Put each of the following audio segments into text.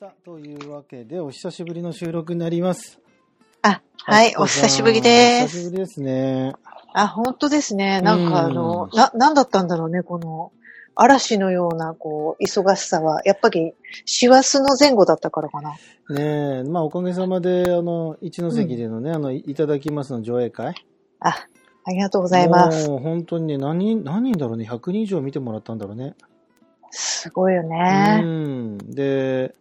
さあ、というわけで、お久しぶりの収録になります。あ、はい、お久しぶりでお久しぶす。りですね。あ、本当ですね。なんかあのう、な、なんだったんだろうね、この、嵐のような、こう、忙しさは、やっぱり、師走の前後だったからかな。ねえ、まあ、おかげさまで、あの、一ノ関でのね、あの、いただきますの上映会。あ、ありがとうございます。もう、本当にね、何人、何人だろうね、100人以上見てもらったんだろうね。すごいようね。ん。で、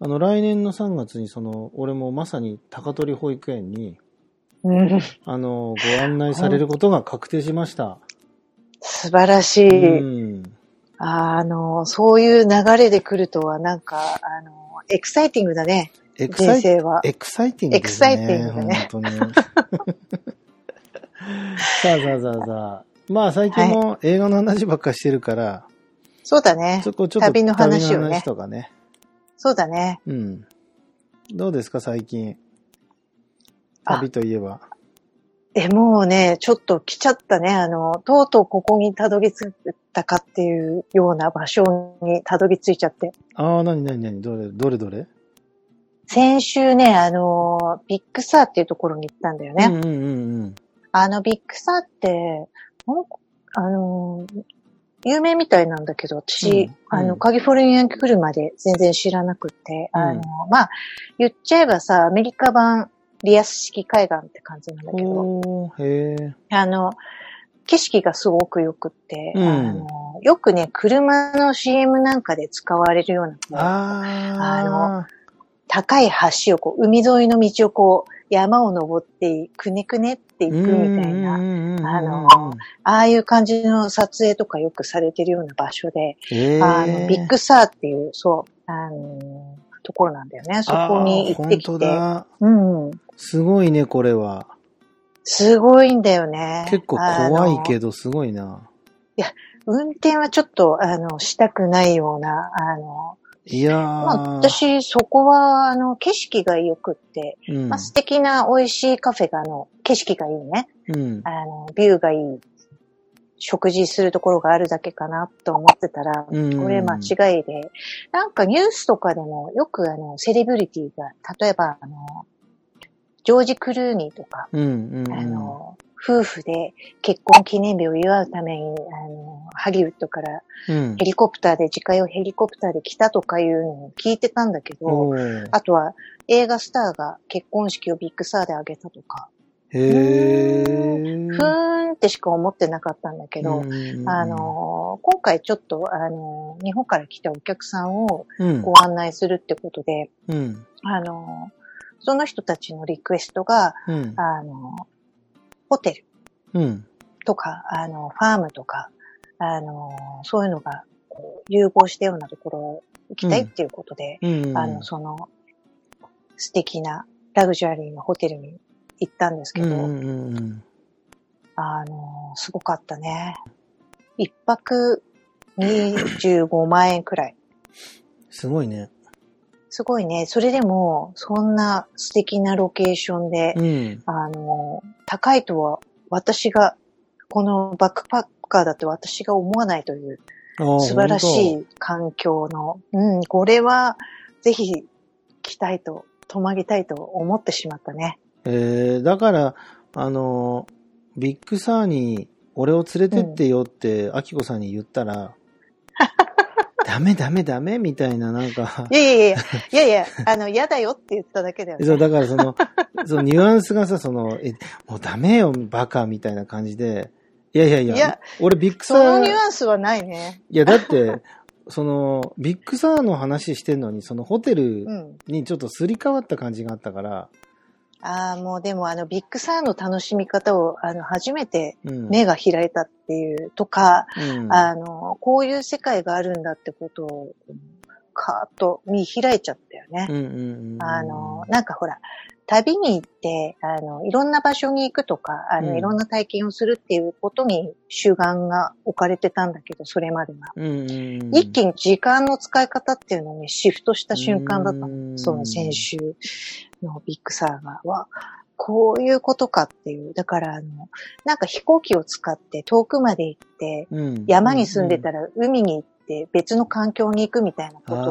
あの、来年の3月に、その、俺もまさに高取保育園に、うん、あの、ご案内されることが確定しました。素晴らしうい。ん。あの、そういう流れで来るとは、なんか、あの、エクサイティングだね、エクサ人イ生は。エクサイティングですね。エクサイティングね本当に。 さあさあさあさあ。まあ最近も映画の話ばっかしてるから、そうだねちょ。こうちょっと旅の話旅をねの話とかね。そうだね。うん。どうですか最近。あ旅といえば。え、もうね、ちょっと来ちゃったね。あの、とうとうここにたどり着いたかっていうような場所にたどり着いちゃって。ああ、なになになにどれ、どれどれ先週ね、あの、ビッグサーっていうところに行ったんだよね。うんうんうんうん。あの、ビッグサーって、ほんあの、有名みたいなんだけど、私、うんあうの、んカリフォルニアに来るまで全然知らなくて、うんあの、まあ、言っちゃえばさ、アメリカ版リアス式海岸って感じなんだけど、おー、へえ。あの、景色がすごく良くって、うんあのよくね、車の CM なんかで使われるようなこう、ああ。高い橋をこう、海沿いの道をこう、山を登って、くねくねっていくみたいな、あのああいう感じの撮影とかよくされてるような場所で、えあのビッグサーっていう、そう、あの、ところなんだよね。そこに行ってき本当て。だ。うん。すごいね、これは。すごいんだよね。結構怖いどけど、すごいな。運転はちょっと、あの、したくないような、あの、いやー。まあ、私、そこは、あの、景色が良くって、うんまあ、素敵な美味しいカフェが、あの、景色がいいね。うん。あの、ビューがいい、食事するところがあるだけかなと思ってたら、うんこれ間違いで、なんかニュースとかでも、よくあの、セレブリティが、例えば、あの、ジョージ・クルーニーとか、うん。うん。あの、夫婦で結婚記念日を祝うために、あの、ハリウッドからうんヘ。リコプターで、自家用ヘリコプターで来たとかいうのを聞いてたんだけど、おーあとは映画スターが結婚式をビッグサーであげたとか、へー。ふーんってしか思ってなかったんだけど、うんあ、の、今回ちょっと、あの、日本から来たお客さんをうん。ご案内するってことで、うん。あの、その人たちのリクエストが、うん。あの、ホテル、うん。とか、あの、ファームとか、あの、そういうのがこう融合したようなところを行きたいっていうことで、うん。あの、その、素敵なラグジュアリーなホテルに行ったんですけうど、んうんうん。あの、すごかったね。一泊25万円くらい。すごいね。すごいね。それでも、そんな素敵なロケーションで、うん。あの、高いとは私が、このバックパッカーだって私が思わないという素晴らしい。い環境の、うん、これはぜひ来たいと、泊まりたいと思ってしまったね。えー、だから、あの、ビッグサーに俺を連れてってよって、アキコさんに言った ら、ダメダメダメみたいな、なんか い、やいやいや、いやいや、あの、嫌だよって言っただけだよね。そう、だからそ の、そのニュアンスがさ、その、え、もうダメよ、バカみたいな感じで、いやいやいや、いや俺ビッグそサのー、ニュいアンスはないね。やだって、その、ビッグサーの話してんのに、そのホテルうん。にちょっとすり替わった感じがあったから、ああ、もうでもあの、ビッグサーの楽しみ方を、あの、初めてうん。目が開いたっていうとか、うん、あの、こういう世界があるんだってことを、カーッと見開いちゃったよね。うんうんうん。あの、なんかほら、旅に行って、あの、いろんな場所に行くとか、あの、うんいろんな体験をするっていうことに主眼が置かれてたんだけど、それまでは。うんうんうん、一気に時間の使い方っていうのにシフトした瞬間だったの。のその先。週のビッグサーが、はこういうことかっていう。だから、あの、なんか飛行機を使って遠くまで行って、うん山に住んでたら、ら海に行っって別の環境に行くみたいなこ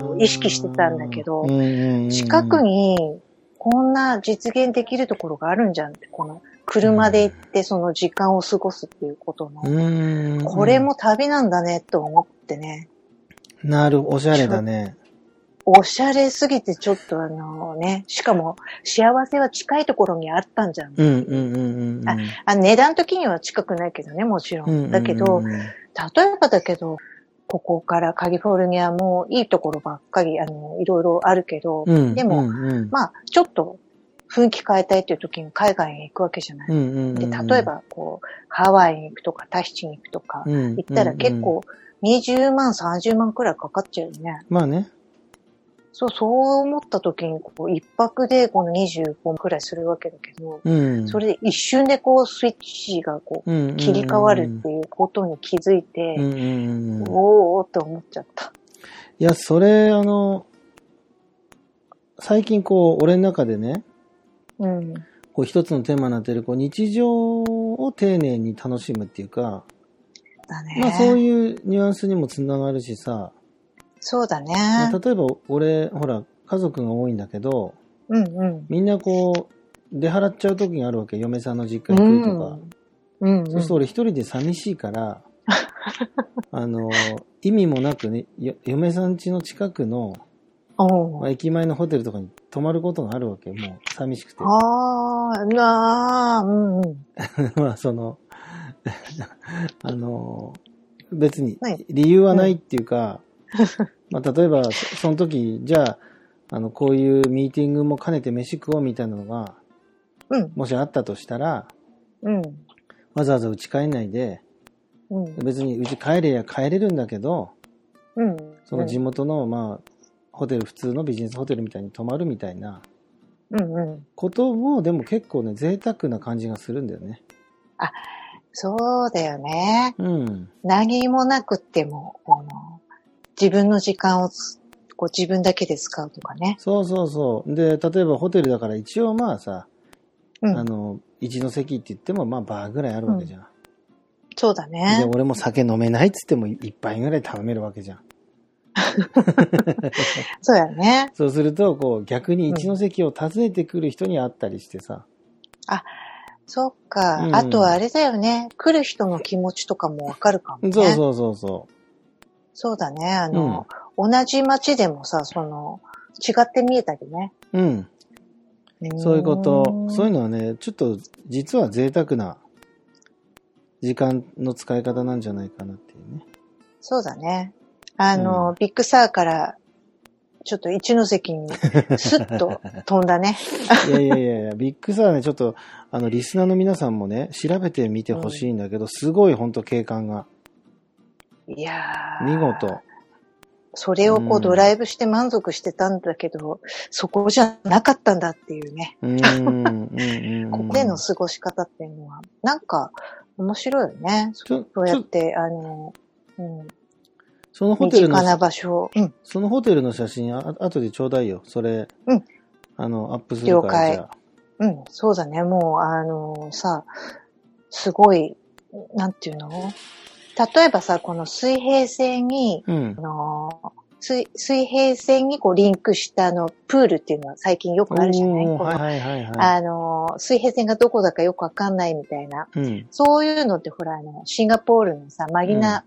とを意識してたんだけど、うんうんうん近くにこんな実現できるところがあるんじゃんって、この車で行ってその時間を過ごすっていうことの、うんこれも旅なんだねと思ってね、なる、おしゃれだね。おしゃれすぎてちょっとあのね、しかも幸せは近いところにあったんじゃん。うんうんうんうん。ああ値段的には近くないけどね、もちろうんうんうんん。だけど、例えばだけど、ここからカリフォルニアもいいところばっかり、あの、いろいろあるけど、うん、でもうんうんまあ、ちょっと雰囲気変えたいっていう時に海外に行くわけじゃない。うんうんうで、ん例え、ば、こう、ハワイに行くとか、タヒチに行くとか、うんうんうん行ったら結。構20万、30万くらいかかっちゃうよね。まあね。そう、そう思った時に、こう、一泊でこの25万くらいするわけだけど、うん。それで一瞬でこう、スイッチがこうんうんうんう、切り替わるっていうことに気づいて、うんうんうん。おーおーって思っちゃった。いや、それ、あの、最近こう、俺の中でね、うん。こう一つのテーマになってる、こう日常を丁寧に楽しむっていうか、だね。まあそういうニュアンスにもつながるしさ、そうだね。まあ例えば俺、ほら、家族が多いんだけど、うんうん。みんなこう、出払っちゃう時があるわけ。嫁さんの実家に行くとか。うん、そうすると俺一人で寂しい から、あの、意味もなくね、よ嫁さん家の近くの、うんまあ、駅前のホテルとかに泊まることがあるわけ。もう寂しくて。ああ、なあ、うんうん。 まあその、 あの、別にはい理由はないっていうか、まあ例えばそその時、じゃあ、あの、こういうミーティングも兼ねて飯食おうみたいなのが、うん、もしあったとしたら、うん、わざわざ家帰んないで、うん、うん別に家帰れや帰れるんだけど、うん。その地元の、まあ、ホテル、普通のビジネスホテルみたいに泊まるみたいなうんうん。ことも、でも結構ね、贅沢な感じがするんだよね。そうだよね。うん。何もなくっても、この、自分の時間をつこう自分だけで使うとかね。そうそうそう。で、例えばホテルだから一応まあさ、うんあの、一の席って言ってもまあバーぐらいあるわけじゃん。そうだで、ね。俺も酒飲めないっつっても一杯ぐらい頼めるわけじゃん。そうやね。そうすると、こう逆に一の席を訪ねてくる人に会ったりしてさ、そっか。うんあとはあれだよね。来る人の気持ちとかもわかるかもね。そうそうそうそそうだね。あの、同じ街でもさ、その、違って見えたりね。う。うん。そういうこと。そういうの。のはね、ちょっと実は贅沢な時間の使い方なんじゃないかなっていう ね。そうだね。あの、うビッグサーから、ちょっと一ノ関に、スッと飛んだね。いやいやいやいや、ビッグサーね、ちょっと、あの、リスナーの皆さんもね、調べてみてほしいんだけど、すごいほんと景観が。いやー 見事。それをこううんドライブして満足してたんだけど、そこじゃなかったんだっていうね。うーん、うん、うん。ここでの過ごし方っていうのは、なんか、面白いよね。ちょ、ちそうやっょ、て、あの、うん、そのホ身テル近の、な場所を、うん、そのホテルの写真、あ、後でちょうだいよ。それ、うんあの、アップするから、了解じゃあ。うん、そうだね。もう、あのさ、すごい、なんていうの例えばさ、この水平線に、うんあ。の水水平線にこうリンクしたあのプールっていうのは最近よくあるじゃないおーこのはいはいはいはあの、水平線がどこだかよくわかんないみたいな。い。うん。そういうのってほら、あの、シンガポールのさ、マギナ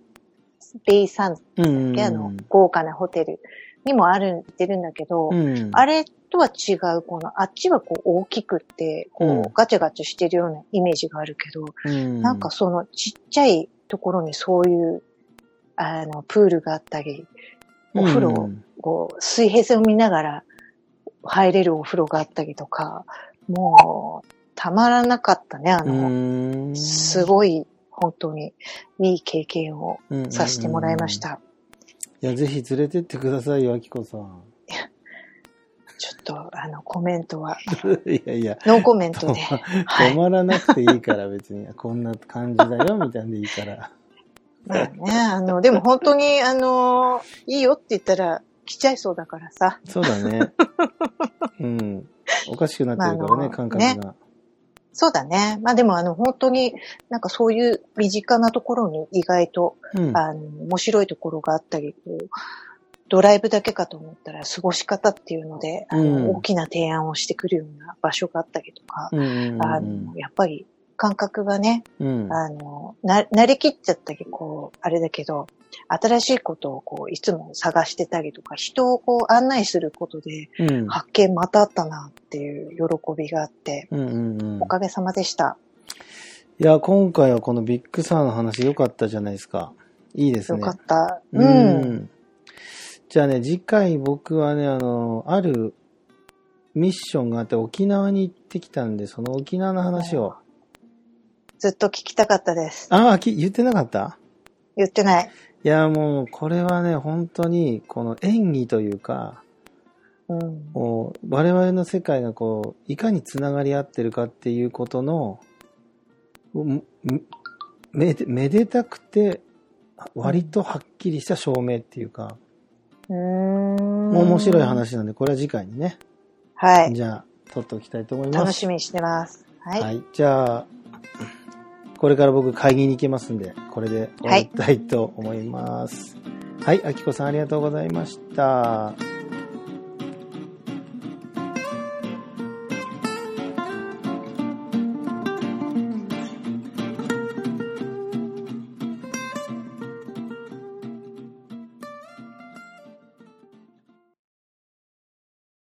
ベイサンズっうんうんうて、ん。あの、豪華なホテルにもあるってるんだけど、うん。あれとは違う、この、あっちはこう大きくって、こううんガチャガチャしてるようなイメージがあるけど、うんなんかそのちっちゃいところにそういう、あの、プールがあったり、お風呂をこう、水平線を見ながら入れるお風呂があったりとか、もう、たまらなかったね、あの、すごい、本当にいい経験をいさせてもらいまし。た。いや、ぜひ連れてってくださいよ、あきこさん。 ちょっと、あの、コメントは、いやいや、ノーコメントで。は止い。まらなくていいから、別に。 こんな感じだよ、みたいなんでいい から。まあね、あの、でも本当に、あの、いいよって言ったら来ちゃいそうだからさ。そうだね。うん。おかしくなってるからまああね、の感覚が。そうだね。まあでもあの本当になんかそういう身近なところに意外と、うん。あの、面白いところがあったり、こうドライブだけかと思ったら過ごし方っていうので、あのうん大きな提案をしてくるような場所があったりとか、うんうんあの、やっぱり感覚がね、うん。あの、な、慣れきっちゃったり、こう、あれだけど、新しいことをこう、いつも探してたりとか、人をこう、案内することで、うん。発見またあったなっていう喜びがあって、うんうんうんおかげさまでした。いや、今回はこのビッグサーの話良かったじゃないですか。いいですよね。かった。う。うんん。じゃあね、次回僕はね、あの、あるミッションがあって沖縄に行ってきたんで、その沖縄の話を。ずっと聞きたかったです。ああ、き言ってなかった言ってない。いや、もう、これはね、本当に、この演技というか、うん。こう我々の世界がこう、いかにつながり合ってるかっていうことの、うんめでめでたくて、割とはっきりした証明っていうか、うーん。面白い。話なんで、これは次回にね、はい。じゃあ、撮っておきたいと思います。楽しみにしてます。はい。はい。じゃあ、これから僕会議に行けますんで、これで終わりたいと思います。はい、あきこさんありがとうございました。